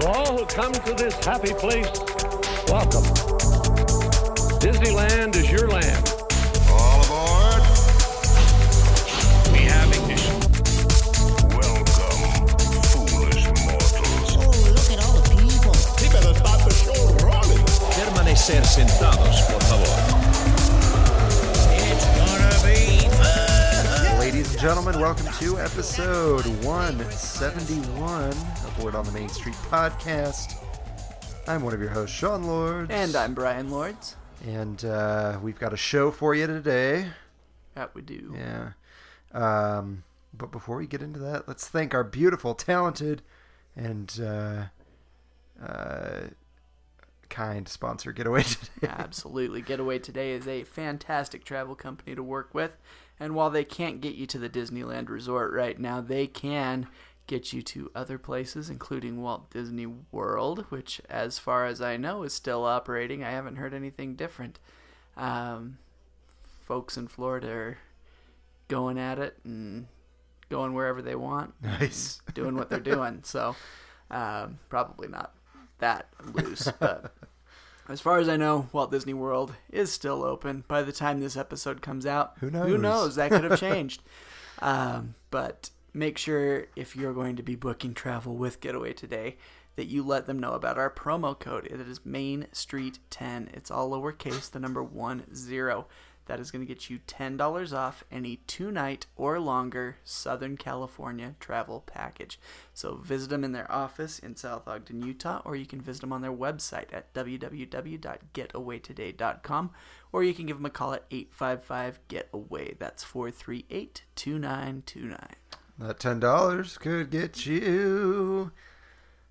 come to this happy place, welcome. Disneyland is your land. All aboard. We have ignition. Welcome, foolish mortals. Oh, look at all the people. Permanecer sentados, por favor. Ladies and gentlemen, welcome to episode 171 of Word on the Main Street podcast. I'm one of your hosts, Sean Lords. And I'm Brian Lords. And uh, we've got a show for you today. That we do. Yeah. Um, but before we get into that, let's thank our beautiful, talented, and uh, uh, kind sponsor, Getaway Today. Absolutely. Getaway Today is a fantastic travel company to work with. And while they can't get you to the Disneyland resort right now, they can get you to other places, including Walt Disney World, which, as far as I know, is still operating. I haven't heard anything different. Um, folks in Florida are going at it and going wherever they want. Nice. doing what they're doing. So um, probably not that loose. But as far as I know, Walt Disney World is still open. By the time this episode comes out, Who Who knows? knows? That could have changed. um, but make sure if you're going to be booking travel with Getaway today. That you let them know about our promo code. It is Main Street 10. It's all lowercase, the number one zero. That is going to get you $10 off any two night or longer Southern California travel package. So visit them in their office in South Ogden, Utah, or you can visit them on their website at www.getawaytoday.com, or you can give them a call at 855 GETAWAY. That's 438 2929. That $10 could get you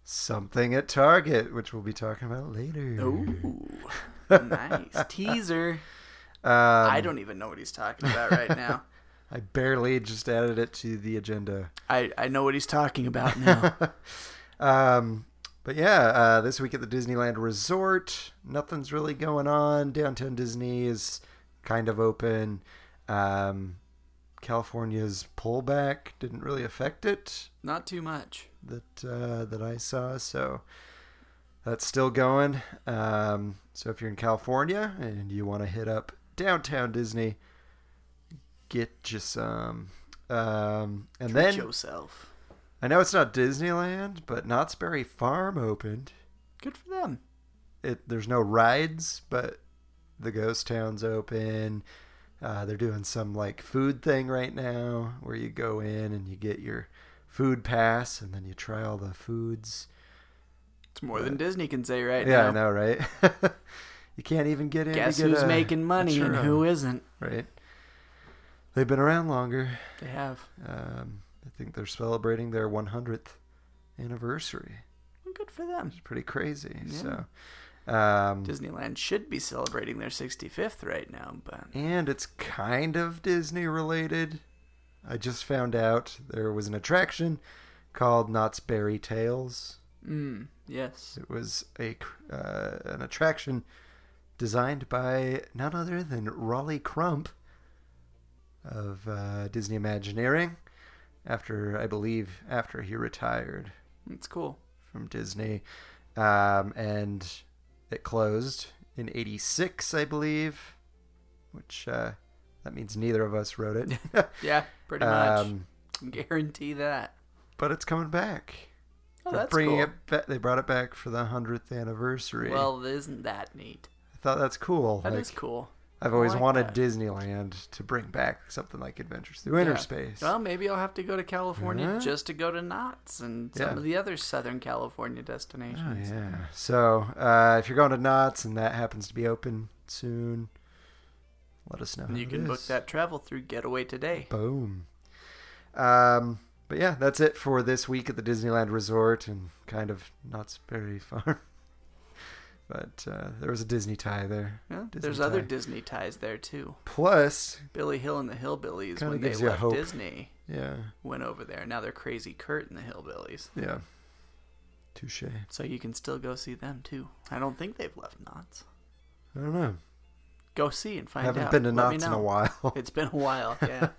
something at Target, which we'll be talking about later. Oh. Ooh, nice teaser. Um, I don't even know what he's talking about right now. I barely just added it to the agenda. I, I know what he's talking about now. Um, but yeah, uh, this week at the Disneyland Resort, nothing's really going on. Downtown Disney is kind of open. Um, California's pullback didn't really affect it Not too much. that uh, that I saw, so that's still going. Um, so if you're in California and you want to hit up downtown Disney, get you some. Um, and Treat then yourself. I know it's not Disneyland, but Knott's Berry Farm opened. Good for them. It there's no rides, but the ghost town's open. Uh, they're doing some like food thing right now where you go in and you get your food pass and then you try all the foods. It's more than Disney can say right Yeah, now. I know, right? you can't even get in. to Guess get who's a- making money a and churro, who isn't? right? They've been around longer. They have. Um, I think they're celebrating their 100th anniversary. Well, Good for them. It's pretty crazy. So, um, Disneyland should be celebrating their 65th right now, but and it's kind of Disney related. I just found out there was an attraction called Knott's Berry Tales. Hmm, mm, yes, It was a cr- uh, an attraction designed by none other than Raleigh Crump of uh, Disney Imagineering. After I believe after he retired it's cool. from Disney, um, and it closed in '86, I believe, which uh, that means neither of us wrote it. Yeah, pretty much. um, Guarantee that. but it's coming back. Oh, They're that's bringing cool. it ba- they brought it back for the hundredth anniversary. Well, isn't that neat? I thought that's cool. That is like, cool. I've always like wanted that. Disneyland to bring back something like Adventures Through Inner Yeah. Space. Well, maybe I'll have to go to California Yeah. just to go to Knott's and some Yeah. of the other Southern California Oh, destinations. yeah. So uh, if you're going to Knott's and that happens to be open soon, let us know. And You how it can book is. that travel through Getaway Today. Boom. Um, but yeah, that's it for this week at the Disneyland Resort and kind of Knott's Berry Farm. but uh, there was a Disney tie there. Yeah, Disney There's other tie. Disney ties there too. Plus, Billy Hill and the Hillbillies Kinda when they gives you left hope. Disney yeah, went over there. Now they're crazy Kurt and the Hillbillies. yeah. Touche. I So you can still go see them too. I don't think they've left Knots. don't know. Go see and find Haven't out. been to Let me Knott's in a know. while. It's been a while, yeah.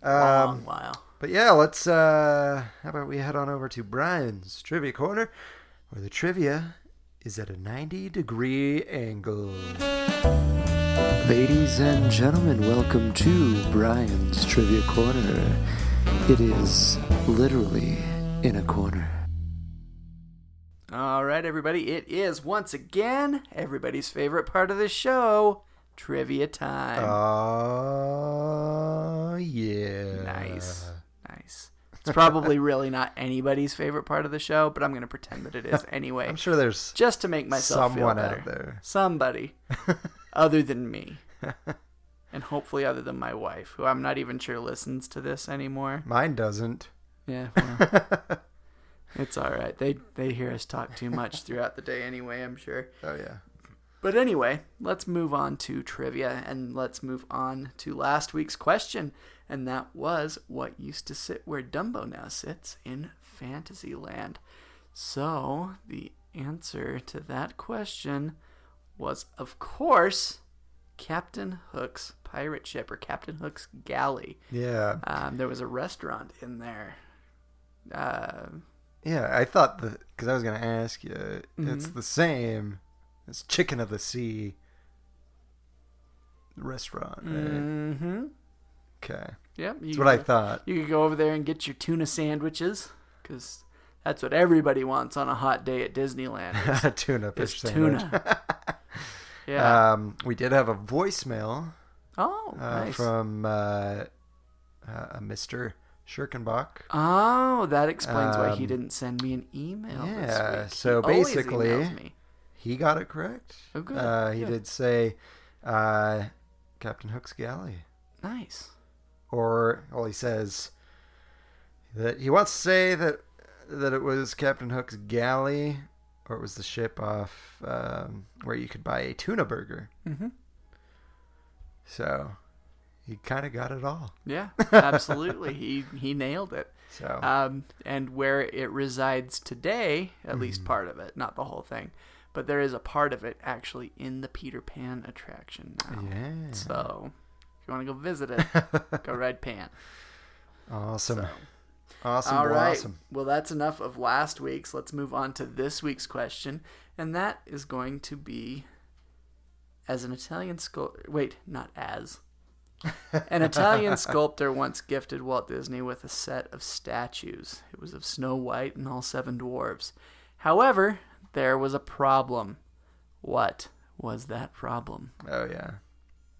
Um, Long while. but yeah, let's. Uh, how about we head on over to Brian's Trivia Corner? where the trivia is at a 90 degree angle. Ladies and gentlemen, welcome to Brian's Trivia Corner. It is literally in a corner. All right, everybody. It is once again everybody's favorite part of the show trivia time. Oh, yeah. Nice. Nice. It's probably really not anybody's favorite part of the show, but I'm going to pretend that it is anyway. I'm sure there's just to make myself feel someone better. out there. Somebody other than me. and hopefully other than my wife, who I'm not even sure listens to this anymore. Mine doesn't. Yeah. well, it's all right. They they hear us talk too much throughout the day anyway, I'm sure. Oh, yeah. But anyway, let's move on to trivia and let's move on to last week's question. And that was what used to sit where Dumbo now sits in Fantasyland. So the answer to that question was, of course, Captain Hook's pirate ship or Captain Hook's galley. Yeah. Um, there was a restaurant in there. Uh, Yeah, I thought the because I was gonna ask you, Mm-hmm. it's the same as Chicken of the Sea restaurant, right? Mm-hmm. Okay, yeah, you that's what I thought. You could go over there and get your tuna sandwiches because that's what everybody wants on a hot day at Disneyland. tuna It's fish sandwich. tuna. yeah. Um, we did have a voicemail oh, uh, nice. from uh, uh, a Mr. Schirkenbach. oh, that explains why he um, didn't send me an email. this yeah, week. He so always basically- emails me. He got it correct. Oh, good, Uh, he good. did say uh, Captain Hook's galley. nice. or well, he says that he wants to say that that it was Captain Hook's galley, or it was the ship off um, where you could buy a tuna burger. Mm-hmm. So he kind of got it all. Yeah, absolutely. he he nailed it. So um, and where it resides today, at least Mm-hmm. part of it, not the whole thing, but there is a part of it actually in the Peter Pan attraction now. Yeah. So if you want to go visit it, go ride Pan. awesome, awesome, All right. awesome. Well, that's enough of last week's. Let's move on to this week's question, and that is going to be as an Italian sculptor. Wait, not as. an Italian sculptor once gifted Walt Disney with a set of statues. It was of Snow White and all seven dwarves. However, there was a problem. What was that problem? Oh yeah,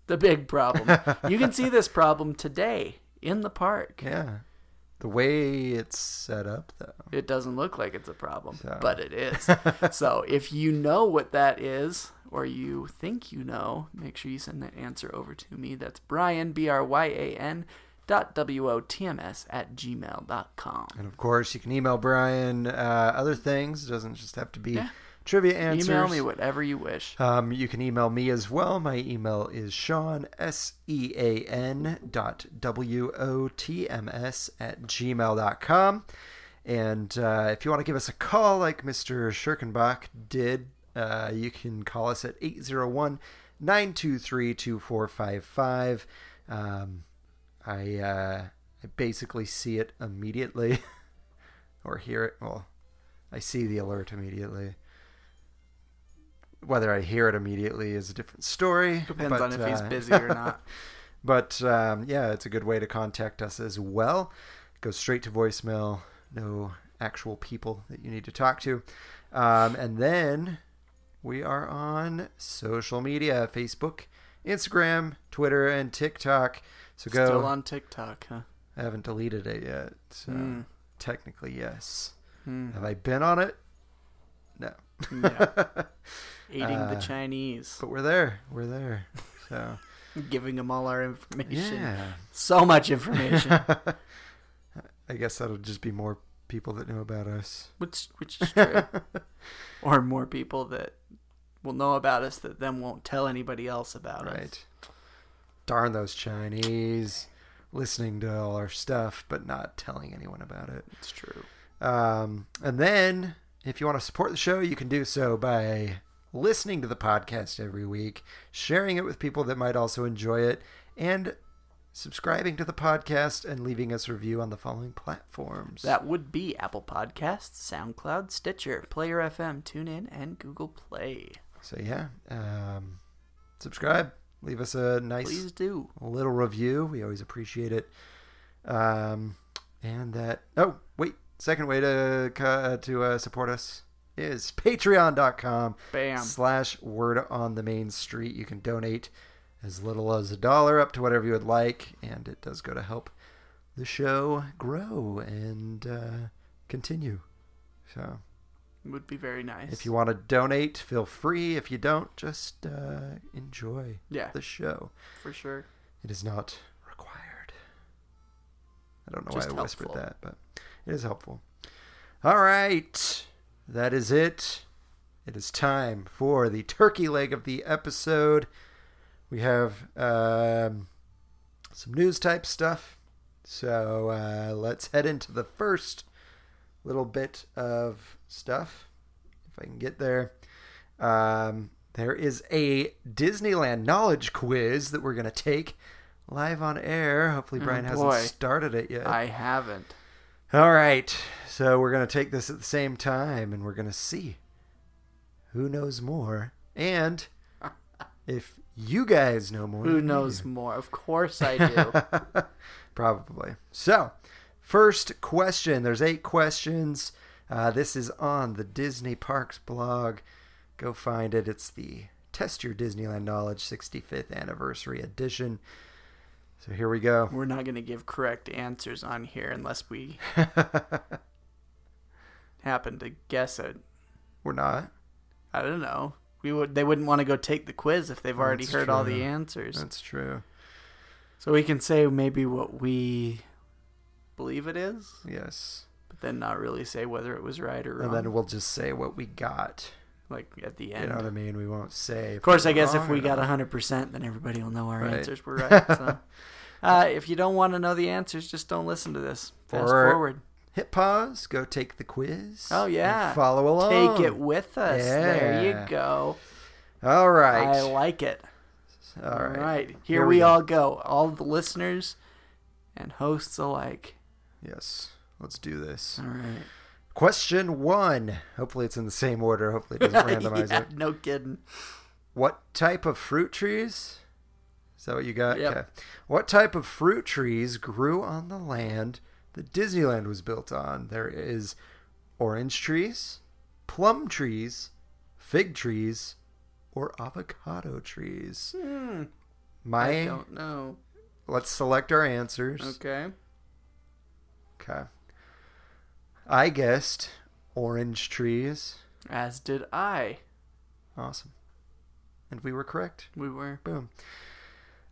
The big problem. you can see this problem today in the park. yeah. The way it's set up, though. It doesn't look like it's a problem, So. but it is. so if you know what that is, or you think you know, make sure you send that answer over to me. That's Brian, B R Y A N, dot W O T M S at gmail dot com. And of course, you can email Brian uh, other things. It doesn't just have to be trivia answers. Email me whatever you wish. Um, you can email me as well. My email is Sean S E A N dot W O T M S at gmail.com. And uh, if you want to give us a call like Mr. Schirkenbach did, uh, you can call us at 801 923 2455. Um, I, uh, I basically see it immediately or hear it. Well, I see the alert immediately whether I hear it immediately is a different story. Depends but, on if he's uh, busy or not. But um, yeah, it's a good way to contact us as well. Go straight to voicemail. No actual people that you need to talk to. Um, and then we are on social media: Facebook, Instagram, Twitter, and TikTok. So go. Still on TikTok, huh? Hmm, I haven't deleted it yet. So technically, yes. Have I been on it? No. Yeah. Aiding the Uh, Chinese, But we're there. We're there. So giving them all our information. yeah. So much information, I guess that'll just be more people that know about us. which which is true. or more people that will know about us that then won't tell anybody else about us. Right. Darn those Chinese listening to all our stuff but not telling anyone about it. It's true. Um, and then, if you want to support the show, you can do so by listening to the podcast every week, sharing it with people that might also enjoy it, and subscribing to the podcast, and leaving us a review on the following platforms. That would be Apple Podcasts, SoundCloud, Stitcher, Player FM, TuneIn, and Google Play. So yeah, um, subscribe. Leave us a nice Please do. little review. We always appreciate it. Um, and that. Oh wait, second way to co- uh, to uh, support us is patreon.com Bam. slash word on the main street you can donate as little as a dollar up to whatever you would like and it does go to help the show grow and uh, continue so Would be very nice. if you want to donate feel free if you don't just uh, enjoy Yeah. the show For sure. it is not required. I don't know Just why I whispered helpful. that, but it is helpful. All right. That is it. It is time for the turkey leg of the episode. We have um, some news type stuff. So uh, let's head into the first little bit of stuff. If I can get there. Um, there is a Disneyland knowledge quiz that we're going to take live on air. Hopefully, Brian hasn't Mm, boy. started it yet. I haven't. All right. So we're going to take this at the same time and we're going to see who knows more and if you guys know more. Who than me. knows more? Of course I do. Probably. So, first question. There's eight questions. Uh, this is on the Disney Parks blog. Go find it. It's the Test Your Disneyland Knowledge 65th Anniversary Edition. So here we go. We're not going to give correct answers on here unless we happen to guess it. We're not. I don't know. We would. They wouldn't want to go take the quiz if they've already That's heard all the true. answers. That's true. So we can say maybe what we believe it is, Yes. but then not really say whether it was right or wrong. And then we'll just say what we got. like at the You end. know what I mean? We won't say. Of course, I guess if we got 100%, then everybody will know our Right. answers were right. So. uh, if you don't want to know the answers, just don't listen to this. Fast Or- forward. hit pause. Go take the quiz. Oh, and yeah. follow along. Take it with us. There Yeah. you go. All right. I like it. all right. Here, Here we we go. all go. All the listeners and hosts alike. Yes. Let's do this. All right. Question one. Hopefully, it's in the same order. Hopefully, it doesn't randomize Yeah, it. no kidding. What type of fruit trees? Is that what you got? Yep. What type of fruit trees grew on the land that Disneyland was built on? There is orange trees, plum trees, fig trees, or avocado trees. Hmm. I My don't know. let's select our answers. Okay. okay. I guessed orange trees. As did I. Awesome. And we were correct. We were. Boom.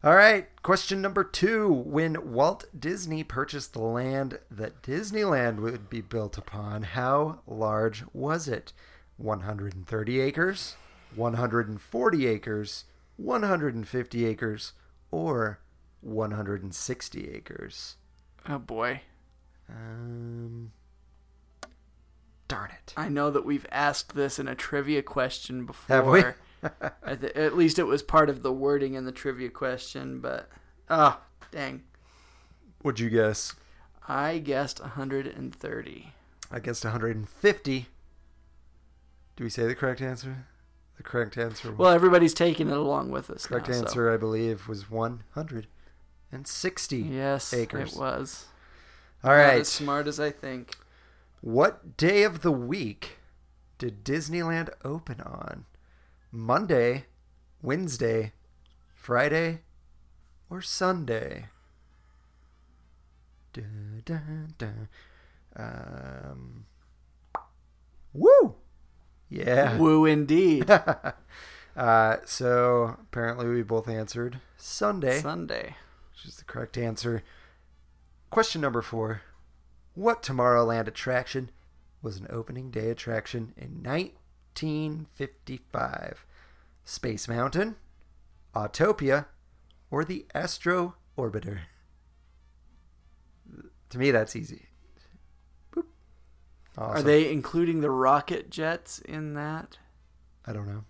All right, question number two. When Walt Disney purchased the land that Disneyland would be built upon, how large was it? 130 acres, 140 acres, 150 acres, or 160 acres? Oh boy. Um, darn it. I know that we've asked this in a trivia question before. Have we? I thi- at least it was part of the wording in the trivia question, but ah, dang. What'd you guess? I guessed 130. I guessed 150. Do we say the correct answer? The correct answer was. Well, everybody's taking it along with us. Correct now, Ah, so- answer, I believe, was 160 Yes, acres. it was. All Not right. as smart as I think. What day of the week did Disneyland open on? Monday, Wednesday, Friday, or Sunday? Dun, dun, dun. Um, woo! Yeah. Woo, indeed. Uh, so apparently we both answered Sunday. Sunday. which is the correct answer. Question number four What Tomorrowland attraction was an opening day attraction in 1955? Space Mountain, Autopia, or the Astro Orbiter? To me, that's easy. Boop. Are Awesome. they including the rocket jets in that? I don't know.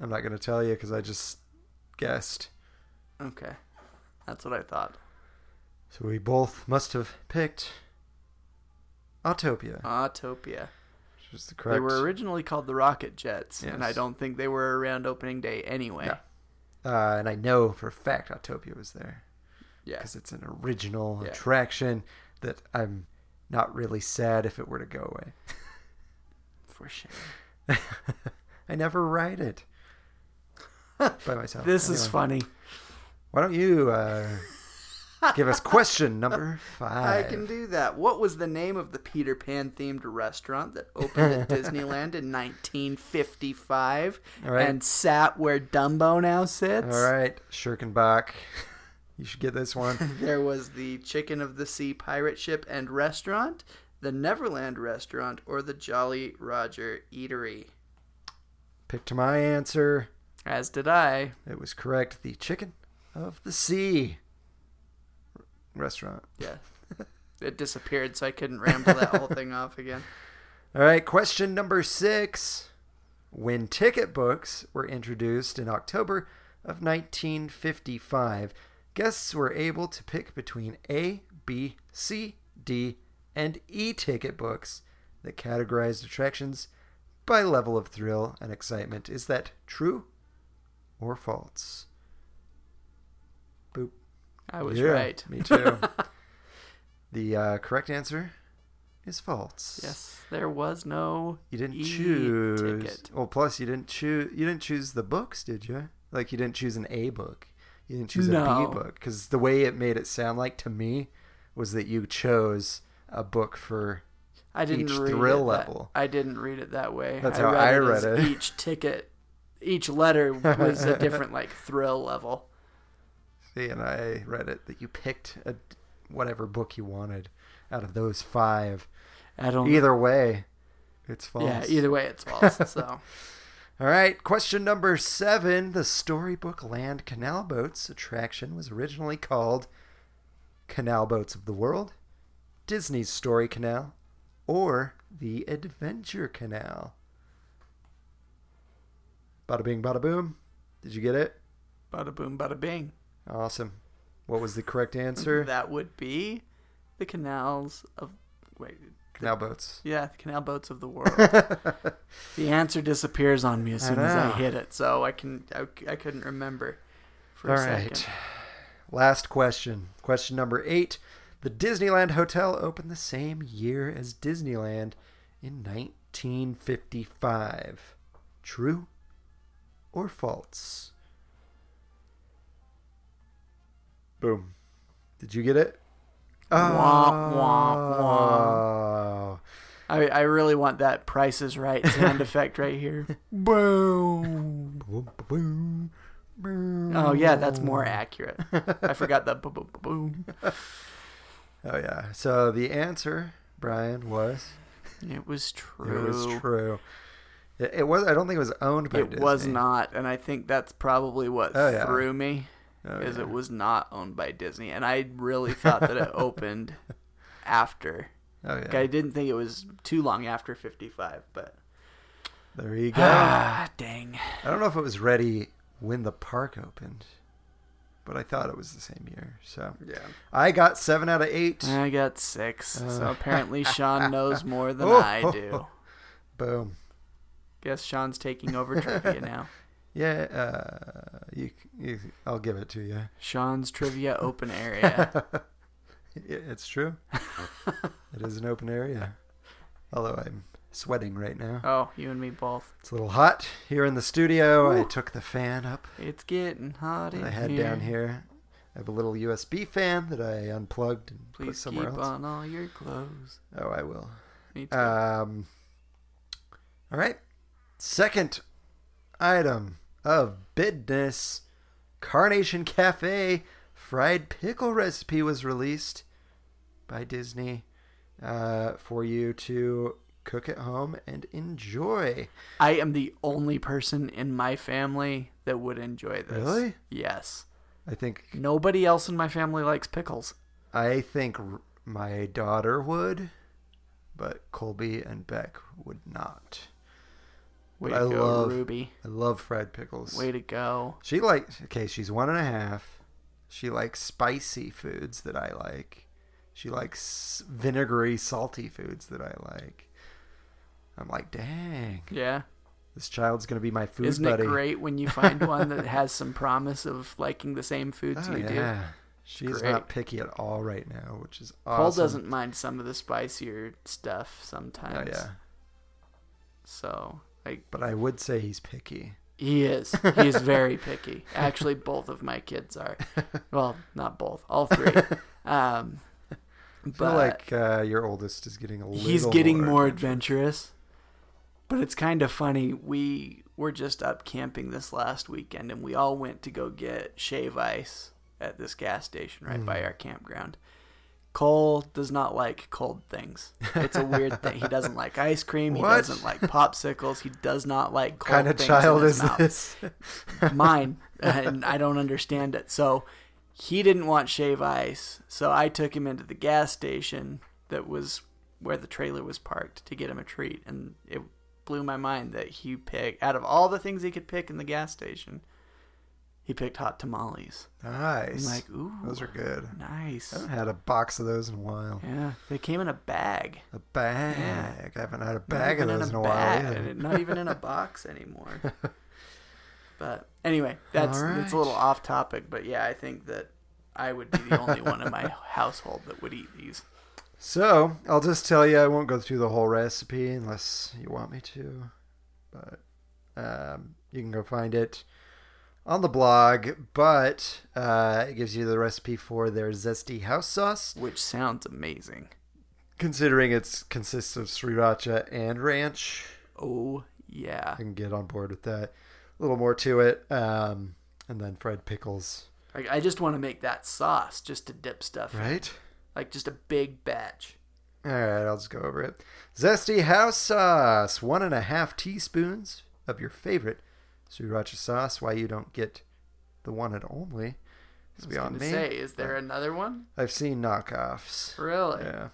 I'm not going to tell you because I just guessed. Okay, that's what I thought. So we both must have picked Autopia, Autopia. which is the correct. They were originally called the Rocket Jets, and I Yes. don't think they were around opening day anyway. No. uh, and I know for a fact Autopia was there. Yeah. because it's an original Yeah. attraction that I'm not really sad if it were to go away. For sure. I never ride it by myself. This is Anyway, funny. Why don't you uh, give us question number five? I can do that. What was the name of the Peter Pan themed restaurant that opened at Disneyland in 1955 All right. and sat where Dumbo now sits? All right, Schirkenbach. You should get this one. There was the Chicken of the Sea pirate ship and restaurant, the Neverland restaurant, or the Jolly Roger eatery. Picked my answer. As did I. It was correct. The Chicken of the Sea restaurant. Yeah. It disappeared, so I couldn't ramble that whole thing off again. All right, question number six. When ticket books were introduced in October of 1955, guests were able to pick between A, B, C, D, and E ticket books that categorized attractions by level of thrill and excitement. Is that true or false? Boop. I was Yeah, right. Me too. the uh, correct answer is false. Yes, there was no You didn't E choose. ticket. Well, plus you didn't choose. You didn't choose the books, did you? Like you didn't choose an A book. You didn't choose a No. B book because the way it made it sound like to me was that you chose a book for. I didn't each read thrill it that- level. I didn't read it that way. That's how I read it. as Each ticket, each letter was a different like thrill level. See, and I read it that you picked a whatever book you wanted out of those five. I don't. Either way, it's false. Um, yeah. Either way, it's false. So All right, question number seven. The Storybook Land Canal Boats attraction was originally called Canal Boats of the World, Disney's Story Canal, or the Adventure Canal. Bada bing, bada boom. Did you get it? bada boom, bada bing. Awesome. What was the correct answer? That would be the canals of wait. Canal boats. Yeah, the canal boats of the world. the answer disappears on me as soon as I know. hit it, so I can I, I couldn't remember for All a right. second. Last question. Question number eight. The Disneyland Hotel opened the same year as Disneyland in 1955. True or false? Boom. Did you get it? Uh, Wah, wah, wah. Oh. I, I really want that Price is Right sound effect right here. Boom. Boom, boom, boom. Oh yeah, that's Mm. more accurate. I forgot that. bu- bu- bu- Boom. Oh, yeah. So the answer, Brian, was It was true. It was true. It, it was. I don't think it was owned by. It was Disney. not, and I think that's probably what Oh, yeah. threw me, Oh, is yeah. it was not owned by Disney, and I really thought that it opened after. Oh Like, yeah. I didn't think it was too long after '55, but There you go. I ah, dang. don't know if it was ready when the park opened, but I thought it was the same year. So Yeah. I got seven out of eight. I got six, so apparently Sean knows more than Uh. Oh, I ho, do. ho. Boom. Guess Sean's taking over trivia now. Yeah. Uh, you, you. I'll give it to you. Sean's trivia open area. It- It's true. it is an open area. Although I'm sweating right now. Oh, you and me both. It's a little hot here in the studio. I took the fan up It's getting hot in that I had here. down here. I have a little USB fan that I unplugged and put Please keep somewhere else. on all your clothes. Oh, I will. Me too. Um, all right. Second item of business Carnation Cafe fried pickle recipe was released by Disney uh, for you to cook at home and enjoy. I am the only person in my family that would enjoy this. Really? Yes. I think Nobody else in my family likes pickles. I think r- my daughter would, but Colby and Beck would not. Way I to go, love- Ruby. I love fried pickles. Way to go. She like okay, she's one and a half. She likes spicy foods that I like. She likes vinegary, salty foods that I like. I'm like, dang, Yeah. this child's gonna be my food Isn't buddy. it great when you find one that has some promise of liking the same foods Oh, you do? yeah. She's Great. not picky at all right now, which is awesome. Paul doesn't mind some of the spicier stuff Oh sometimes. yeah, So like but I would say he's picky. He is. He is very picky. Actually, both of my kids are. Well, not both. All three. Um, I but feel like uh, your oldest is getting a little. he's getting more, more adventurous. But it's kind of funny. We were just up camping this last weekend, and we all went to go get shave ice at this gas station right Hmm. by our campground. Cole does not like cold things. It's a weird thing. He doesn't like ice cream. What? He doesn't like popsicles. He does not like cold kind of things child in his is mouth this? mine and I don't understand it. So he didn't want shave ice. So I took him into the gas station that was where the trailer was parked to get him a treat and it blew my mind that he picked out of all the things he could pick in the gas station, he picked hot tamales. Nice. I'm like, ooh, those are good. nice. I haven't had a box of those in a while. Yeah, they came in a bag. A bag. I haven't had a bag of even those in a, bag, while. either. and Not even in a box anymore. But anyway, that's All that's a little off topic. But yeah, I think that I would be the only one in my household that would eat these. So I'll just tell you, I won't go through the whole recipe unless you want me to, but um, you can go find it on the blog. But uh, it gives you the recipe for their zesty house sauce, Which sounds amazing. considering it's consists of sriracha and ranch. Oh yeah, I can get on board with that. A little more to it, um, and then fried pickles, like I just want to make that sauce just to dip stuff, in. right? like just a big batch. All right, I'll just go over it. Zesty house sauce, one and a half teaspoons of your favorite sriracha sauce. Why you don't get the one and only is I was beyond gonna me. say, is there another one? I've seen knockoffs. Really? Yeah,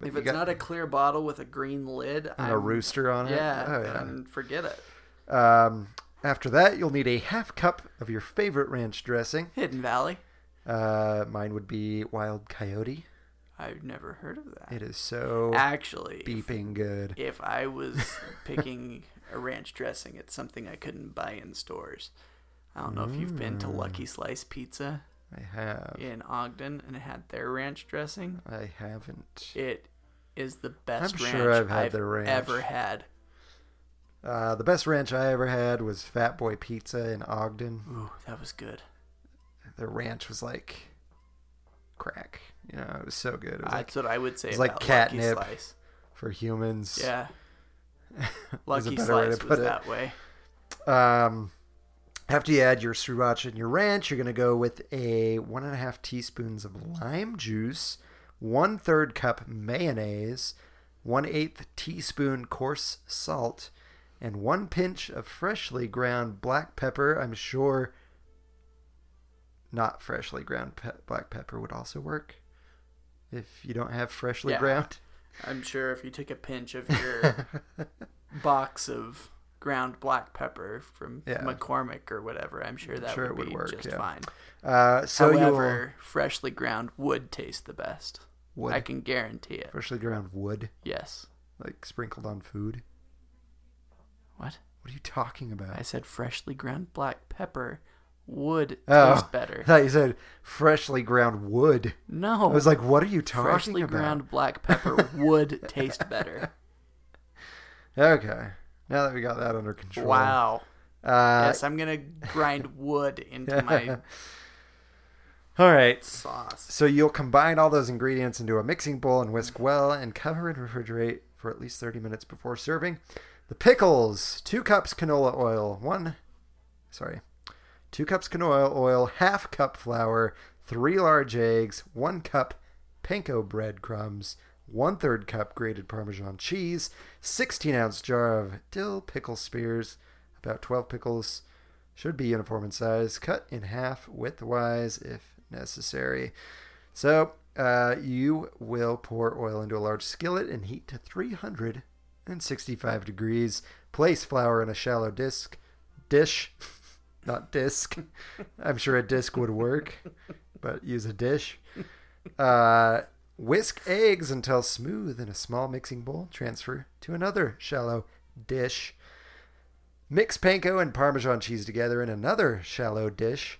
if you it's got- not a clear bottle with a green lid, and a I'm- rooster on it. Yeah, Oh, then forget it. yeah. Um, after that, you'll need a half cup of your favorite ranch dressing. Hidden Valley. Uh, mine would be wild coyote. I've never heard of that. It is so Actually, if- beeping good. if I was picking a ranch dressing, it's something I couldn't buy in stores. I don't know if you've been Mm. to Lucky Slice Pizza I have. in Ogden and had their ranch dressing. I haven't. It is the best I'm ranch sure I've I've, had their ranch. ever had. Uh, the best ranch I ever had was Fat Boy Pizza in Ogden. Ooh, that was good. Their ranch was like crack. You know, it was so good. It was like That's what I would say it's like about catnip. Lucky Slice. for humans. Yeah, was a Lucky better way to Slice put was it. that way. Um, after you add your sriracha and your ranch, you're gonna go with a one and a half teaspoons of lime juice, one third cup mayonnaise, one eighth teaspoon coarse salt, and one pinch of freshly ground black pepper. I'm sure not freshly ground pe- black pepper would also work if you don't have freshly Yeah. ground. I'm sure if you took a pinch of your box of ground black pepper from Yeah. McCormick or whatever, I'm sure that sure it would, would be work, just yeah. fine. Uh, so you'll However, freshly ground would taste the best. Would. I can guarantee it. freshly ground wood Yes. like sprinkled on food. What? What are you talking about? I said freshly ground black pepper would Oh, taste I better. thought you said freshly ground wood. No. I was like, what are you talking freshly about? ground black pepper would taste better. Okay. Now that we got that under control. Wow. Uh, yes, I'm going to grind wood into my All right. sauce. So you'll combine all those ingredients into a mixing bowl and whisk well and cover and refrigerate for at least 30 minutes before serving. The pickles, two cups canola oil, one, sorry, two cups canola oil, half cup flour, three large eggs, one cup panko breadcrumbs, one third cup grated Parmesan cheese, 16 ounce jar of dill pickle spears, about 12 pickles, should be uniform in size, cut in half widthwise if necessary. So uh, you will pour oil into a large skillet and heat to 365 degrees. Place flour in a shallow disc dish. not disc. I'm sure a disc would work, but use a dish. Uh, whisk eggs until smooth in a small mixing bowl. Transfer to another shallow dish. Mix panko and Parmesan cheese together in another shallow dish.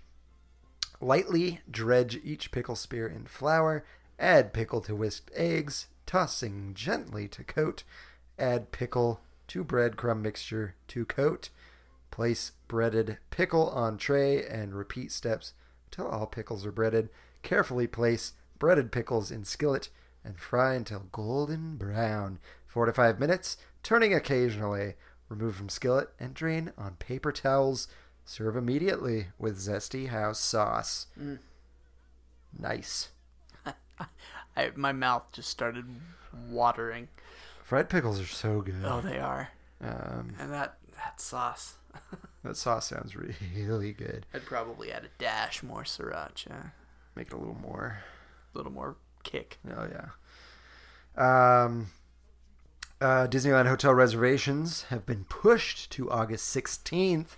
Lightly dredge each pickle spear in flour. Add pickle to whisked eggs, tossing gently to coat. Add pickle to breadcrumb mixture to coat. Place breaded pickle on tray and repeat steps till all pickles are breaded. Carefully place breaded pickles in skillet and fry until golden brown. Four to five minutes, turning occasionally. Remove from skillet and drain on paper towels. Serve immediately with zesty house sauce. Nice. I, my mouth just started watering. Fried pickles are so good. Oh, they are. Um, And that that sauce. that sauce sounds really good. I'd probably add a dash more sriracha, a Make it a little more. little more kick. Oh yeah. Um, uh, Disneyland hotel reservations have been pushed to August sixteenth,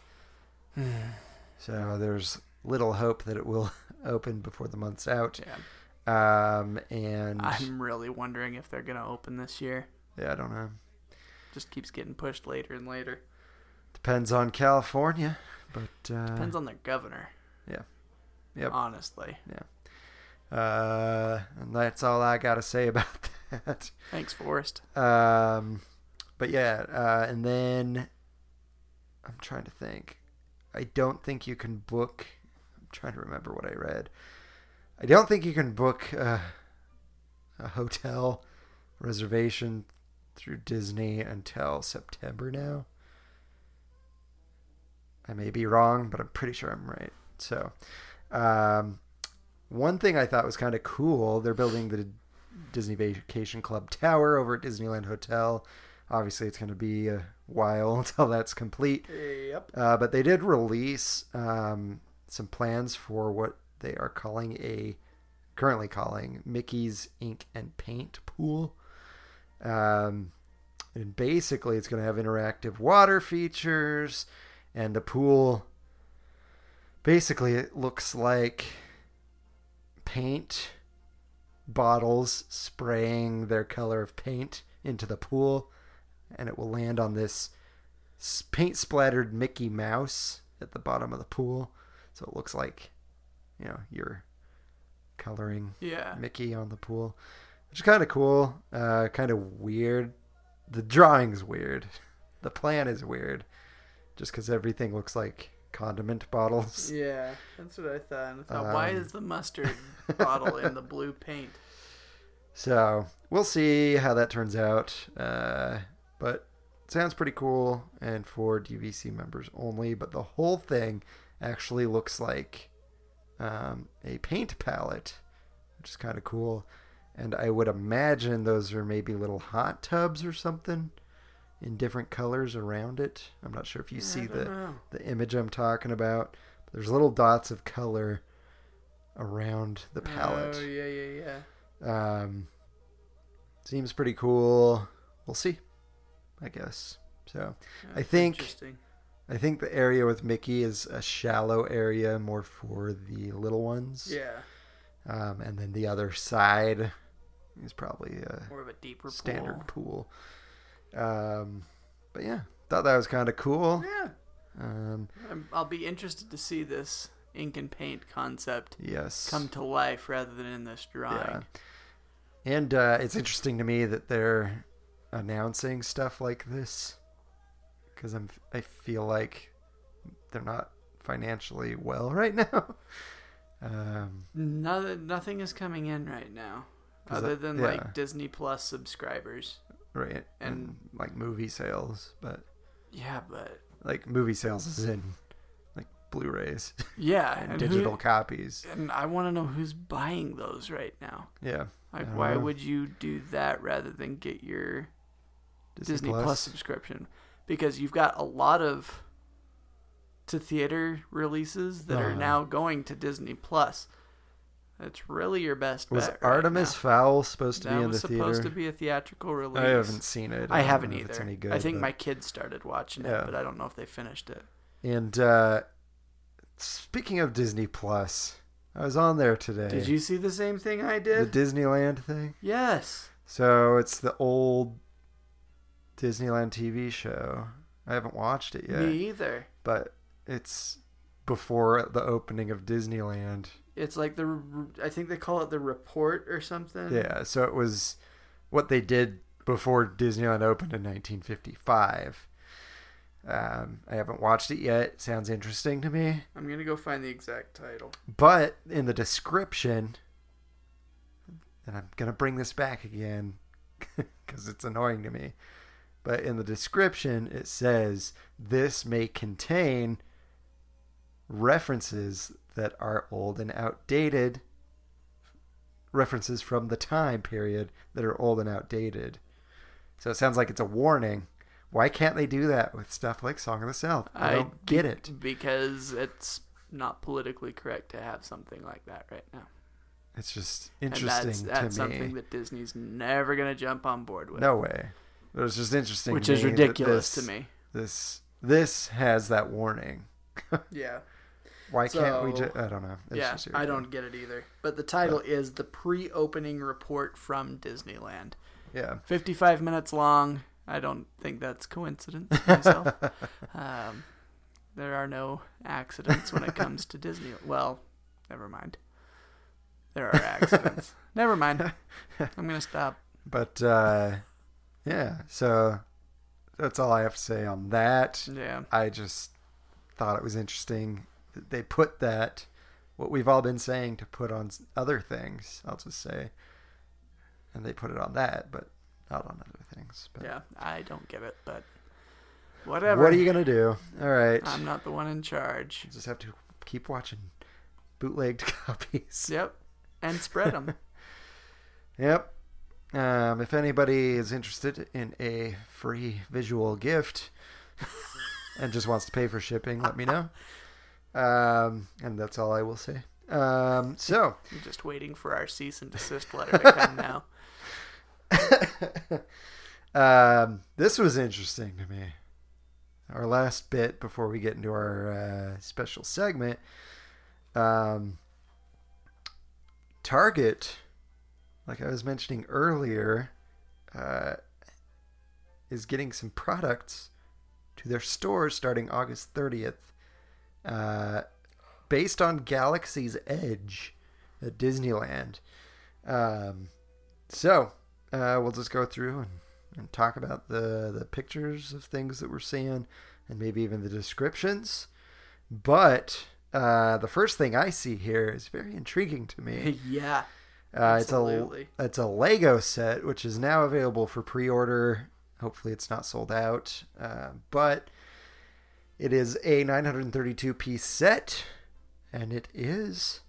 so there's little hope that it will open before the month's out. Yeah. Um, and I'm really wondering if they're gonna open this year. yeah, I don't know. Just keeps getting pushed later and later. Depends on California, but uh, Depends on their governor. Yeah. Yep. Honestly. uh, and that's all I gotta say about that. Thanks, Forrest. Um, but yeah, uh, and then I'm trying to think. I don't think you can book. I'm trying to remember what I read. I don't think you can book uh, a hotel reservation through Disney until September now. I may be wrong, but I'm pretty sure I'm right. So, um, one thing I thought was kind of cool, they're building the Disney Vacation Club Tower over at Disneyland Hotel. Obviously, it's going to be a while until that's complete. Yep. Uh, but they did release um, some plans for what they are calling a currently calling Mickey's Ink and Paint Pool. Um, and basically, it's going to have interactive water features, and the pool basically it looks like paint bottles spraying their color of paint into the pool, and it will land on this s- paint splattered Mickey Mouse at the bottom of the pool. So it looks like, you know, you're coloring Yeah. Mickey on the pool, which is kind of cool, uh, kind of weird. The drawing's weird. The plan is weird, just because everything looks like condiment bottles. Yeah, that's what I thought. I thought Um. why is the mustard bottle in the blue paint? So we'll see how that turns out. Uh, but it sounds pretty cool and for DVC members only. But the whole thing actually looks like um, a paint palette, which is kind of cool. And I would imagine those are maybe little hot tubs or something in different colors around it. I'm not sure if you see don't the, know. the image I'm talking about. There's little dots of color around the palette. Oh yeah, yeah, yeah. Um, seems pretty cool. We'll see, I guess. So I think Interesting. I think the area with Mickey is a shallow area, more for the little ones. Yeah, Um, and then the other side is probably a more of a deeper standard pool. Um, but yeah, thought that was kind of cool. pool. Yeah, Um, I'm, I'll be interested to see this ink and paint concept yes. come to life rather than in this drawing. Yeah. And uh, it's interesting to me that they're announcing stuff like this because I'm I feel like they're not financially well right now. Um, Nothing, nothing is coming in right now, Is other that- than yeah. like Disney Plus subscribers. right, and, And- like movie sales, but Yeah, but like movie sales is in like Blu-rays, yeah, and who- digital copies. and I want to know who's buying those right now. Yeah, I Like, don't why know. would you do that rather than get your Disney Plus. subscription? Because you've got a lot of to theater releases that are Uh-huh. now going to Disney Plus. That's really your best was bet. right Artemis now. Fowl supposed to that be in the was supposed theater? to be a theatrical release. I haven't seen it. I don't haven't know if It's either. any good, I think but- my kids started watching Yeah. it, but I don't know if they finished it. And uh, Speaking of Disney Plus, I was on there today. Did you see the same thing I the did? Disneyland thing? yes. So it's the old Disneyland TV show. I haven't watched it yet, Me either. but it's before the opening of Disneyland. It's like the r- I think they call it the report or something. Yeah, so it was what they did before Disneyland opened in 1955. Um, I haven't watched it yet. It sounds interesting to me. I'm gonna go find the exact title. But in the description, and I'm going to bring this back again because it's annoying to me. But in the description, it says this may contain references that are old and outdated, references from the time period that are old and outdated. So it sounds like it's a warning. Why can't they do that with stuff like Song of the South? I, don't get it. because it's not politically correct to have something like that right now. It's just and that's, interesting that's to me. something that Disney's never gonna jump on board with. No way. It was just interesting, which to is me that ridiculous this- to me. This this has that warning. Yeah. Why can't we? So- Ju- I don't know. It's yeah, just I irritating. don't get it either. But the title is The Pre Opening Report from Disneyland. Yeah, 55 minutes long. I don't think that's coincidence myself. um, there are no accidents when it comes to Disney. Well, never mind. There are accidents. never mind. I'm going to stop. but uh, yeah. So that's all I have to say on that. Yeah. I just thought it was interesting that they put that what we've all been saying to put on s- other things. I'll just say, and they put it on that, but not on other things. But Yeah, I don't get it, but whatever. what are you gonna do? All right. I'm not the one in charge. just have to keep watching bootlegged copies. Yep. And spread them. Yep. Um, if anybody is interested in a free visual gift and just wants to pay for shipping, let me know. Um, and that's all I will say. Um, so, I'm just waiting for our cease and desist letter to come now. um, this was interesting to me. Our last bit before we get into our uh, special segment. Um, Target, like I was mentioning earlier, uh, is getting some products to their stores starting August 30th. Uh, based on Galaxy's Edge at Disneyland. Um, so uh, we'll just go through and, and talk about the, the pictures of things that we're seeing and maybe even the descriptions. But uh, the first thing I see here is very intriguing to me. yeah. Uh, it's a Absolutely. it's a Lego set, which is now available for pre-order. Hopefully, it's not sold out, uh, but it is a 932 piece set, and it is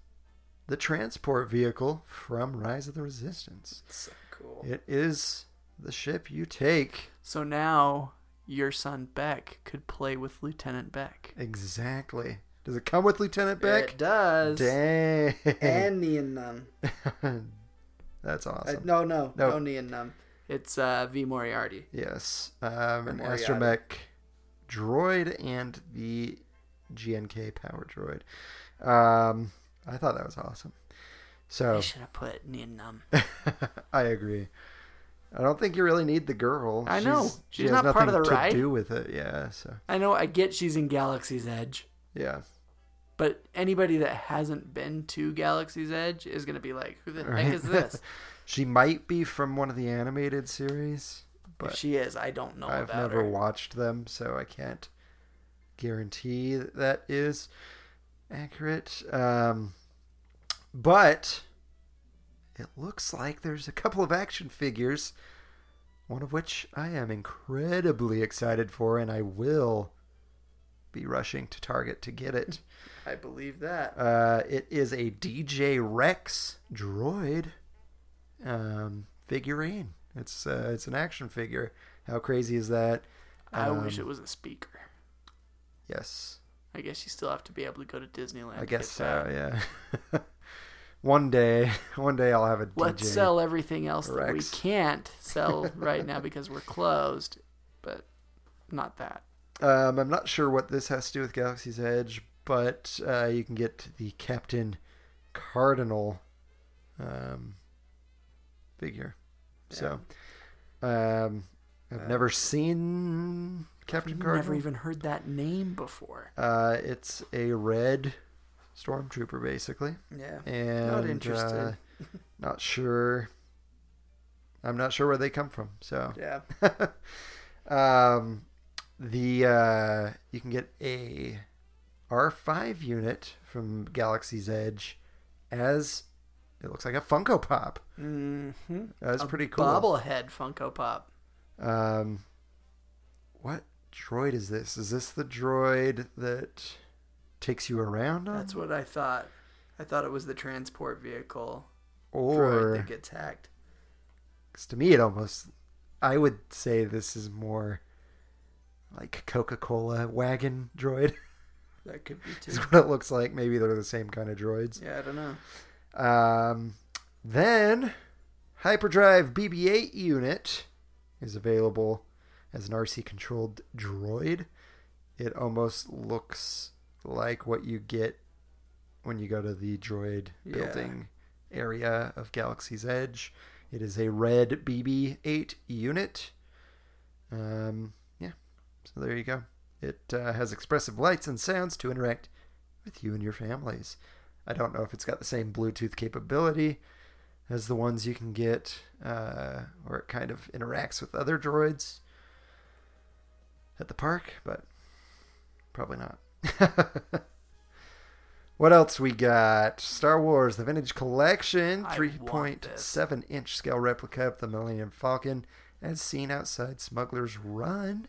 the transport vehicle from Rise of the Resistance. So cool. It is the ship you take. So now your son Beck could play with Lieutenant Beck. Exactly. Does it come with Lieutenant Beck? does. Dang. Neon Numb. That's awesome. no, no, No. no Neon Numb. It's uh, V Moriarty. Yes, um, an Moriarty. astromech droid and the GNK power droid. Um, I thought that was awesome. I So should have put Neon Numb. I agree. I don't think you really need the girl. I know. she She's has not part of nothing the to ride. do with it. Yeah. So I know. I get she's in Galaxy's Edge, yeah, but anybody that hasn't been to Galaxy's Edge is gonna be like, "Who the Right. heck is this?" she might be from one of the animated series, if but she is, I don't know I've about never her. watched them, so I can't guarantee that that is accurate. Um, but it looks like there's a couple of action figures, one of which I am incredibly excited for, and I will be rushing to Target to get it. I believe that. Uh, it is a DJ Rex droid um, figurine. It's uh, it's an action figure. How crazy is that? I wish um, it was a speaker. Yes, I guess you still have to be able to go to Disneyland. I to guess uh, get that. so. Yeah. one day, one day I'll have a Let's DJ. sell everything else that we Rex. can't sell right now because we're closed, but not that. Um, I'm not sure what this has to do with Galaxy's Edge, but uh, you can get the Captain Cardinal um, figure. So, um, I've never seen Captain Uh, I've Cardinal. never even heard that name before. Uh, it's a red stormtrooper, basically. Yeah. And Not interested. uh, not sure. I'm not sure where they come from. So yeah. um, the uh, you can get a R5 unit from Galaxy's Edge as it looks like a Funko Pop. Mm-hmm. That's pretty cool. Bobblehead Funko Pop. Um, what droid is this? Is this the droid that takes you around on? That's what I thought. I thought it was the transport vehicle droid or that gets hacked. 'cause to me, it almost I would say this is more like Coca Cola wagon droid. That could be too. is what it looks like. Maybe they're the same kind of droids. Yeah, I don't know. Um, then hyperdrive BB-8 unit is available as an RC-controlled droid. It almost looks like what you get when you go to the droid Yeah. building area of Galaxy's Edge. It is a red BB-8 unit. Um, yeah, so there you go. It uh, has expressive lights and sounds to interact with you and your families. I don't know if it's got the same Bluetooth capability as the ones you can get, uh, or it kind of interacts with other droids at the park, but probably not. what else we got? Star Wars: The Vintage Collection, I three want point this. seven inch scale replica of the Millennium Falcon, as seen outside Smuggler's Run.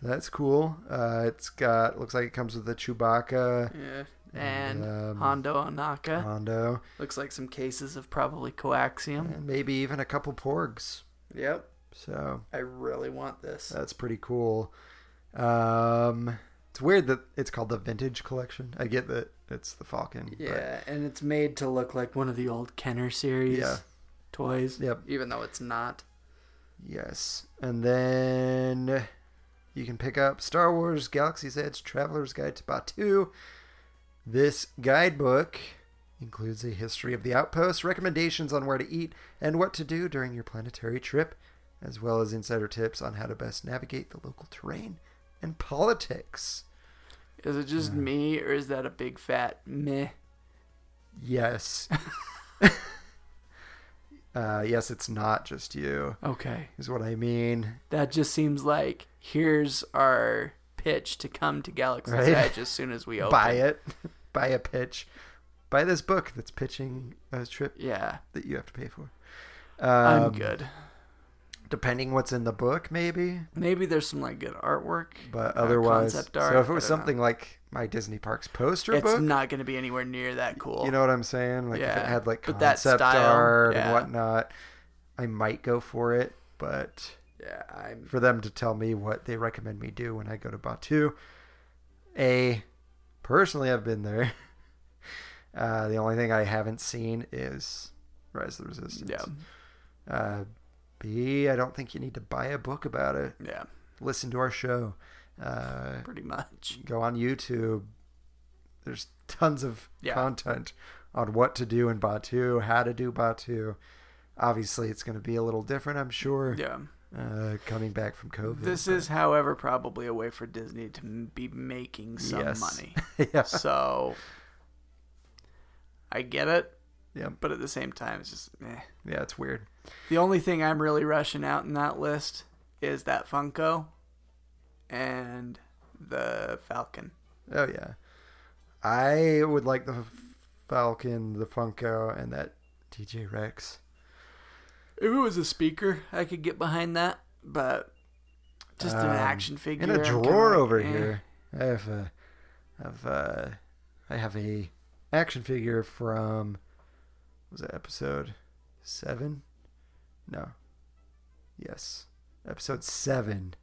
So that's cool. Uh, it's got looks like it comes with the Chewbacca. Yeah. And Um, Hondo Anaka. Hondo, Looks like some cases of probably coaxium. and maybe even a couple porgs. Yep. So I really want this. that's pretty cool. Um, it's weird that it's called the Vintage Collection. I get that it's the Falcon. yeah, and it's made to look like one of the old Kenner series Yeah. toys. Yep. Even though it's not. But yes. And then you can pick up Star Wars Galaxy's Edge Traveler's Guide to Batu. This guidebook includes a history of the outpost, recommendations on where to eat and what to do during your planetary trip, as well as insider tips on how to best navigate the local terrain and politics. Is it just me, or is that a big fat meh? Yes. uh, yes, it's not just you, Okay. is what I mean. That just seems like here's our pitch to come to Galaxy's Right? Edge as soon as we open. Buy it. Buy a pitch. Buy this book that's pitching a trip Yeah, that you have to pay for. I'm Um, good. Depending what's in the book, maybe, Maybe there's some like good artwork, but uh, otherwise, concept art. so if it I was don't know. something like my Disney Parks poster it's book, not going to be anywhere near that cool. you know what I'm saying? Like if Yeah, it had like but that concept style, art yeah. and whatnot, I might go for it. But yeah, I'm. for them to tell me what they recommend me do when I go to Batu. A, personally, I've been there. Uh, the only thing I haven't seen is Rise of the Resistance. Yeah, Uh, B, I don't think you need to buy a book about it. yeah, Listen to our show. Uh, pretty much. go on YouTube. There's tons of Yeah. content on what to do in Batu, how to do Batu. Obviously, it's going to be a little different, I'm sure. Yeah, Uh, coming back from COVID. this is, however, probably a way for Disney to m- be making some Yes. money. yeah. so I get it, Yeah, but at the same time, it's just meh. yeah, it's weird. The only thing I'm really rushing out in that list is that Funko and the Falcon. Oh yeah, I would like the Falcon, the Funko, and that DJ Rex. If it was a speaker, I could get behind that, but just an Um, action figure In a I'm kinda drawer like, over eh. here, I have a, I have a, I have a action figure from, was that episode seven? No. Yes, episode seven.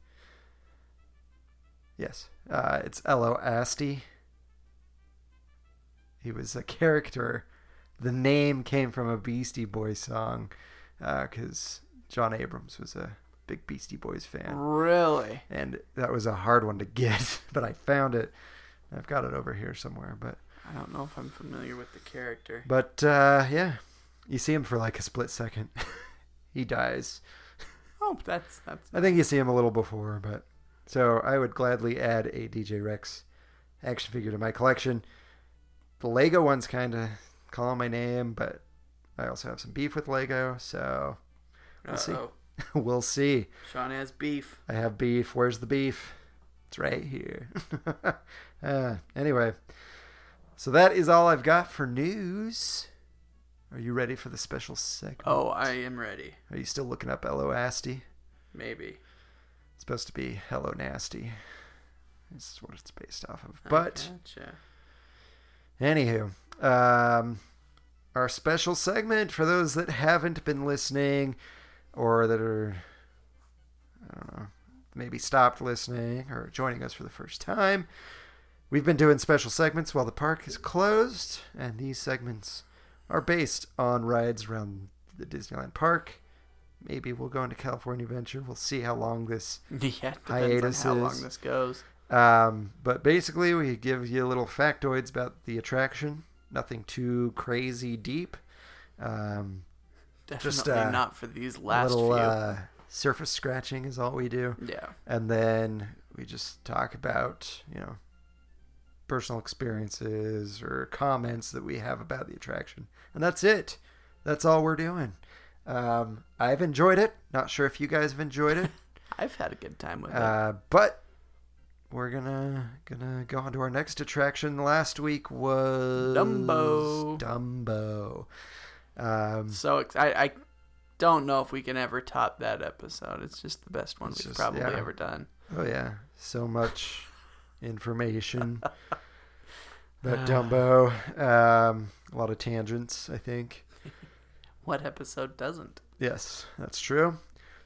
Yes, uh, it's Elo Asti. He was a character. The name came from a Beastie Boys song, because John Abrams was a big Beastie Boys fan Really? and that was a hard one to get, but I found it. I've got it over here somewhere, but I don't know if I'm familiar with the character. but uh, yeah, you see him for like a split second. he dies. Oh, that's that's I think you see him a little before, but so I would gladly add a DJ Rex action figure to my collection. The Lego one's kind of calling my name, but I also have some beef with Lego, so uh see. oh. we'll see. Sean has beef. I have beef. Where's the beef? It's right here. uh, anyway, so that is all I've got for news. Are you ready for the special segment? Oh, I am ready. Are you still looking up Hello Asty? Maybe. It's supposed to be Hello Nasty. This is what it's based off of. But Gotcha. Anywho, um, our special segment for those that haven't been listening or that are, I don't know, maybe stopped listening or joining us for the first time. We've been doing special segments while the park is closed, and these segments are based on rides around the Disneyland park. Maybe we'll go into California Adventure. We'll see how long this Yeah, depends Hiatus on how is- long this goes. um, but basically, we give you little factoids about the attraction. Nothing too crazy deep. Um, Definitely Just, uh, not for these a last little few. uh, surface scratching is all we do, yeah. and then we just talk about you know personal experiences or comments that we have about the attraction, and that's it. That's all we're doing. Um, I've enjoyed it. Not sure if you guys have enjoyed it. I've had a good time with it. Uh, but we're gonna gonna go on to our next attraction. Last week was Dumbo. Dumbo. Um, So ex- I, I don't know if we can ever top that episode. It's just the best one It's we've just- probably yeah. ever done. oh yeah, so much information about Dumbo. Um, a lot of tangents, I think. What episode doesn't? Yes, that's true.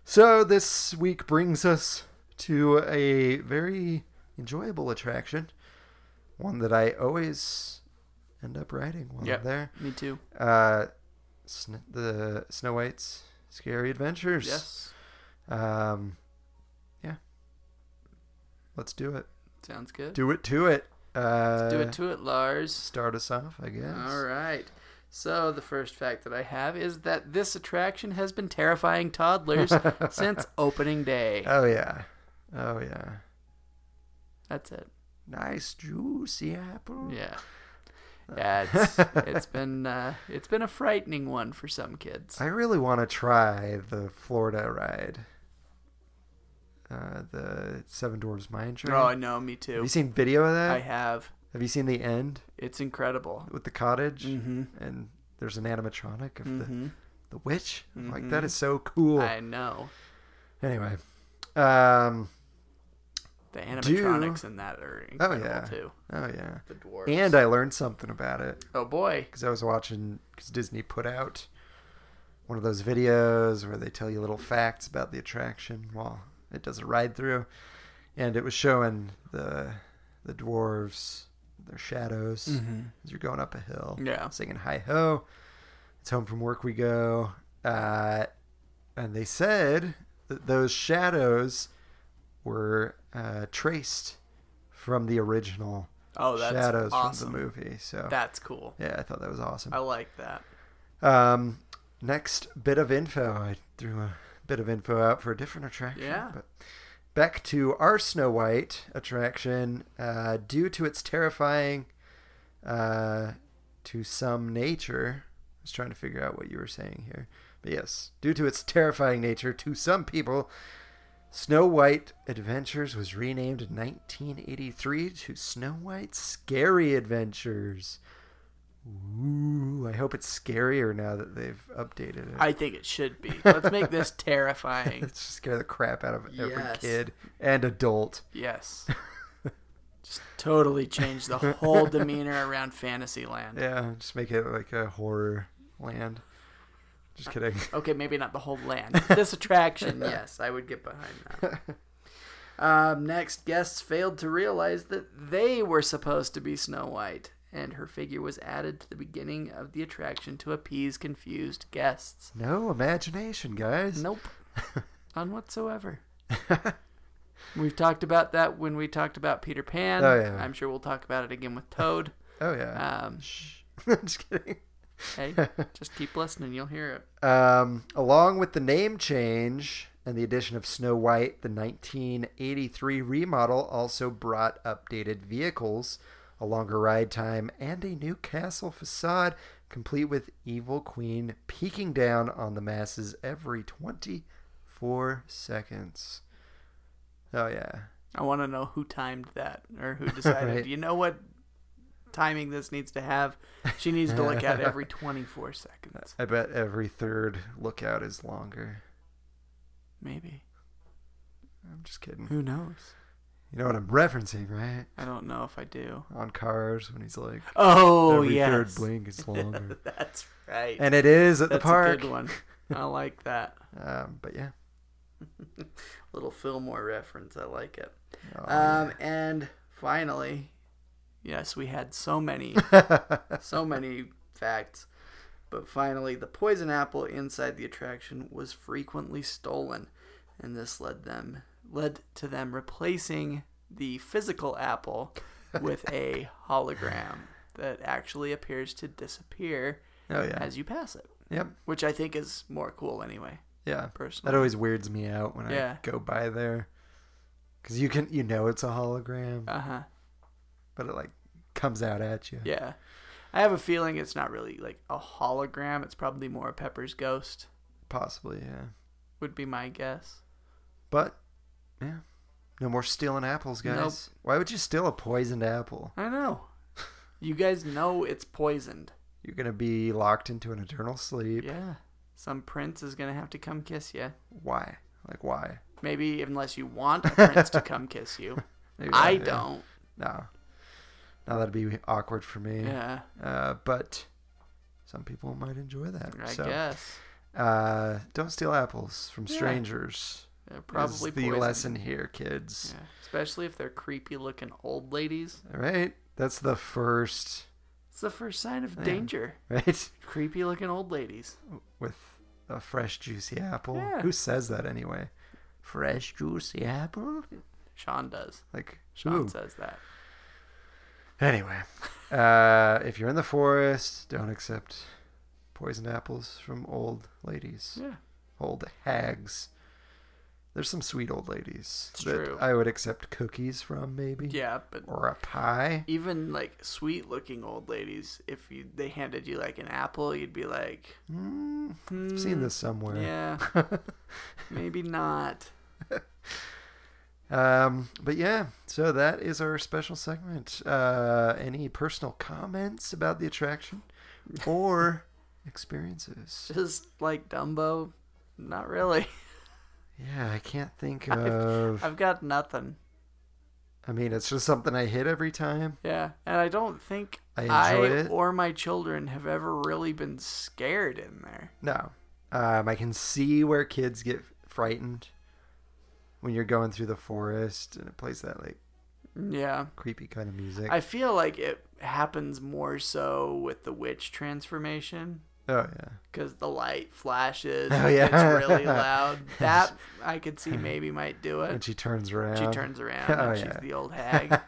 So this week brings us to a very enjoyable attraction, one that I always end up riding while Yeah. I'm there. Me too. uh, Sn- the Snow White's Scary Adventures. Yes. Um, yeah. Let's do it. Sounds good. Do it to it. Uh, Do it to it, Lars. Start us off, I guess. All right. So the first fact that I have is that this attraction has been terrifying toddlers since opening day. Oh yeah. Oh yeah. That's it. Nice juicy apple. Yeah. Uh. Yeah, it's, it's been uh, it's been a frightening one for some kids. I really want to try the Florida ride. Uh, the Seven Dwarfs Mine Train. Oh, I Have know, me too. you seen video of that? I have. Have you seen the end? It's incredible. with the cottage and there's an animatronic of the, the witch I'm like that is so cool I know. anyway um The animatronics in that are oh incredible yeah too. oh yeah The dwarves. and uh, i learned something about it oh boy, because i was watching because disney put out one of those videos where they tell you little facts about the attraction while it does a ride through and it was showing the the dwarves their shadows as you're going up a hill Mm-hmm. Yeah. singing hi ho it's home from work we go uh, and they said that those shadows were uh, traced from the original Oh, that's shadows from awesome. the movie so that's cool. yeah i thought that was awesome I like that. um, next bit of info. I threw a bit of info out for a different attraction. Yeah. But back to our Snow White attraction. Uh, due to its terrifying uh, to some nature, I was trying to figure out what you were saying here. But yes, due to its terrifying nature to some people, Snow White Adventures was renamed in 1983 to Snow White's Scary Adventures. Ooh, I hope it's scarier now that they've updated it. I think it should be. Let's make this terrifying. Let's just scare the crap out of every Yes. kid and adult. Yes. Just totally change the whole demeanor around Fantasyland. Yeah, just make it like a horror land. Just kidding. Okay, maybe not the whole land. but This attraction, yes, I would get behind that. Um, next, guests failed to realize that they were supposed to be Snow White, and her figure was added to the beginning of the attraction to appease confused guests. No imagination, guys. Nope. None whatsoever. We've talked about that when we talked about Peter Pan. Oh, yeah. I'm sure we'll talk about it again with Toad. Oh yeah. Um, I'm just kidding. hey, just keep listening. You'll hear it. Um, along with the name change and the addition of Snow White, the 1983 remodel also brought updated vehicles, a longer ride time, and a new castle facade, complete with Evil Queen peeking down on the masses every 24 seconds. Oh, yeah. I want to know who timed that or who decided. Right. You know what timing this needs to have? She needs to look at it every 24 seconds. I bet every third lookout is longer. Maybe. I'm just kidding. Who knows? You know what I'm referencing, right? I don't know if I do. On cars when he's like, Oh, every yes. third blink is longer. That's right. and it is at That's the park. a good one. I like that. Um, but yeah, Little Fillmore reference. I like it. Oh, um, and finally, yes, we had so many, so many facts, but finally, the poison apple inside the attraction was frequently stolen, and this led them led to them replacing the physical apple with a hologram that actually appears to disappear oh yeah, as you pass it, yep, which I think is more cool anyway. yeah. Personally, That always weirds me out when Yeah. I go by there, because you can you know it's a hologram, uh huh. but it like comes out at you. Yeah. I have a feeling it's not really like a hologram. It's probably more Pepper's ghost, Possibly, yeah. would be my guess. But yeah, no more stealing apples, guys. Why would you steal a poisoned apple? I know. You guys know it's poisoned. You're gonna be locked into an eternal sleep. Yeah. Some prince is going to have to come kiss you. Why? Like why? Maybe unless you want a prince to come kiss you. Maybe not, I yeah. don't. No, no, that'd be awkward for me. Yeah. Uh, but some people might enjoy that. I so. guess. Uh, don't steal apples from strangers. They're Probably probably is the poisoned. lesson here, kids. Yeah. Especially if they're creepy looking old ladies. All right, that's the first. It's the first sign of danger. Right, Creepy looking old ladies. with a fresh juicy apple. Yeah. Who says that anyway? Fresh juicy apple. Sean does. Like Sean ooh. says that. Anyway, uh, if you're in the forest, don't accept poisoned apples from old ladies, Yeah. old hags. There's some sweet old ladies It's that true. I would accept cookies from, maybe. Yeah, but Or a pie. even like sweet looking old ladies if you they handed you like an apple you'd be like I've seen this somewhere. Mm, yeah maybe not Um, but yeah, so that is our special segment. Uh, any personal comments about the attraction or experiences? just like dumbo not really Yeah, I can't think I've- of. i've got nothing I mean, it's just something I hit every time. yeah and i don't think I i, enjoy it. or my children have ever really been scared in there No, um, I can see where kids get frightened when you're going through the forest and it plays that like yeah creepy kind of music. i feel like it happens more so with the witch transformation Oh yeah, because the light flashes Oh, and yeah. it's really loud that i could see maybe might do it when she turns around. She turns around Oh, and yeah. she's the old hag.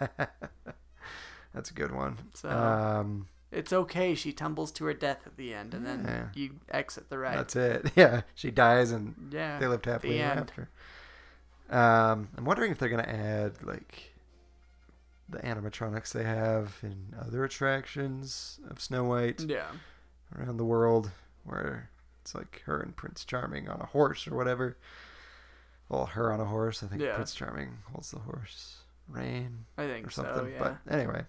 That's a good one. So- um, it's okay. She tumbles to her death at the end, and then Yeah. you exit the ride. That's it. Yeah, she dies and yeah. they lived happily Uh, the ever end. after. Um, I'm wondering if they're gonna add like the animatronics they have in other attractions of Snow White Yeah. around the world, where it's like her and Prince Charming on a horse or whatever. Well, her on a horse. I think Yeah. Prince Charming holds the horse rein I or think something. so. Yeah. But anyway,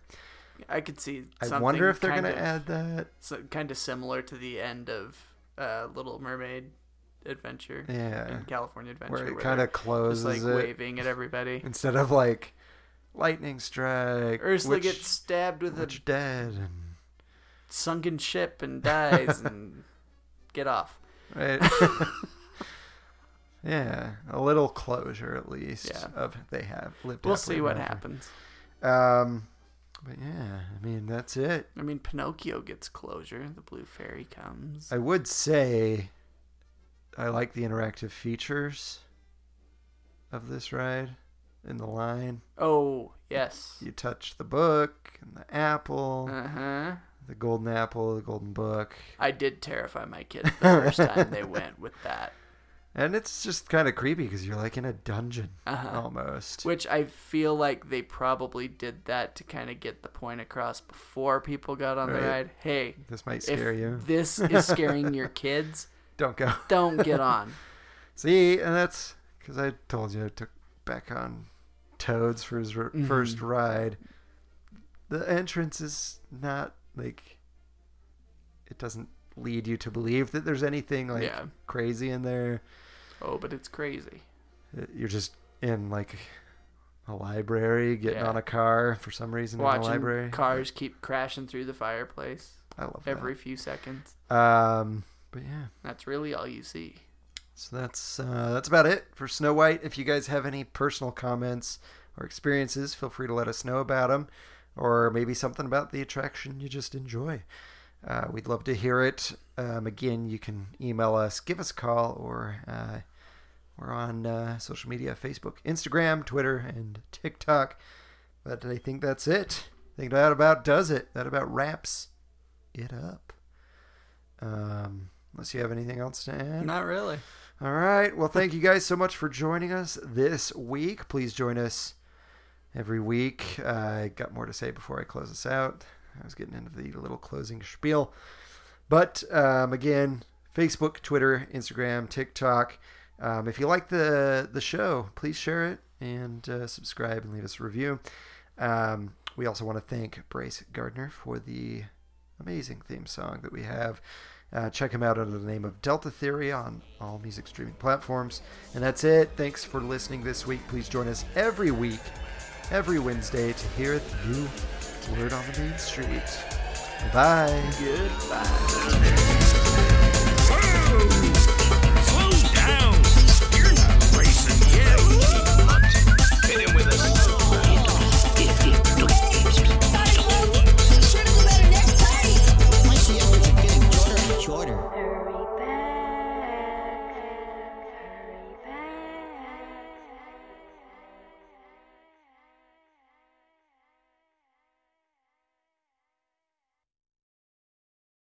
I could see. I something wonder if they're kind gonna of- add that. so, kind of similar to the end of uh, Little Mermaid Adventure. Yeah. In California Adventure, Where it kind of was closes like it waving at everybody, instead of like lightning strike. Ursula which- gets stabbed with a Which dead and sunken ship and dies, and get off. right. yeah, a little closure at least Yeah. of they have lived. We'll happily see what ever after. happens. Um, but yeah, I mean that's it. I mean, Pinocchio gets closure. The blue fairy comes. I would say I like the interactive features of this ride. in the line. Oh, yes. You touch the book and the apple, Uh huh. the golden apple, the golden book. I did terrify my kids the first time they went with that. And it's just kind of creepy because you're like in a dungeon Uh-huh. almost. Which I feel like they probably did that to kind of get the point across before people got on the Right. ride. Hey, This might scare if you. this is scaring your kids, Don't go. don't get on. See, and that's because I told you I took back on Toads for his Mm-hmm. r- first ride. The entrance is not like it doesn't lead you to believe that there's anything like Yeah. crazy in there. Oh, but it's crazy. Uh, You're just in like a library, getting Yeah. on a car for some reason in the library. Watching cars keep crashing through the fireplace I love every few seconds. that. Um, but yeah. That's really all you see. So that's uh, that's about it for Snow White. If you guys have any personal comments or experiences, feel free to let us know about them, or maybe something about the attraction you just enjoy. Uh, we'd love to hear it. Um, again, you can email us, give us a call, or uh, we're on uh, social media: Facebook, Instagram, Twitter, and TikTok. But I think that's it. I think that about does it. That about wraps it up. Um, unless you have anything else to add. Not really. All right. Well, thank you guys so much for joining us this week. Please join us every week. Uh, I got more to say before I close this out. I was getting into the little closing spiel. But um, again, Facebook, Twitter, Instagram, TikTok. Um, if you like the the show, please share it and uh, subscribe and leave us a review. Um, we also want to thank Brace Gardner for the amazing theme song that we have. Uh, check him out under the name of Delta Theory on all music streaming platforms. And that's it. Thanks for listening this week. Please join us every week, every Wednesday, to hear the new word on the main street. Bye. Goodbye.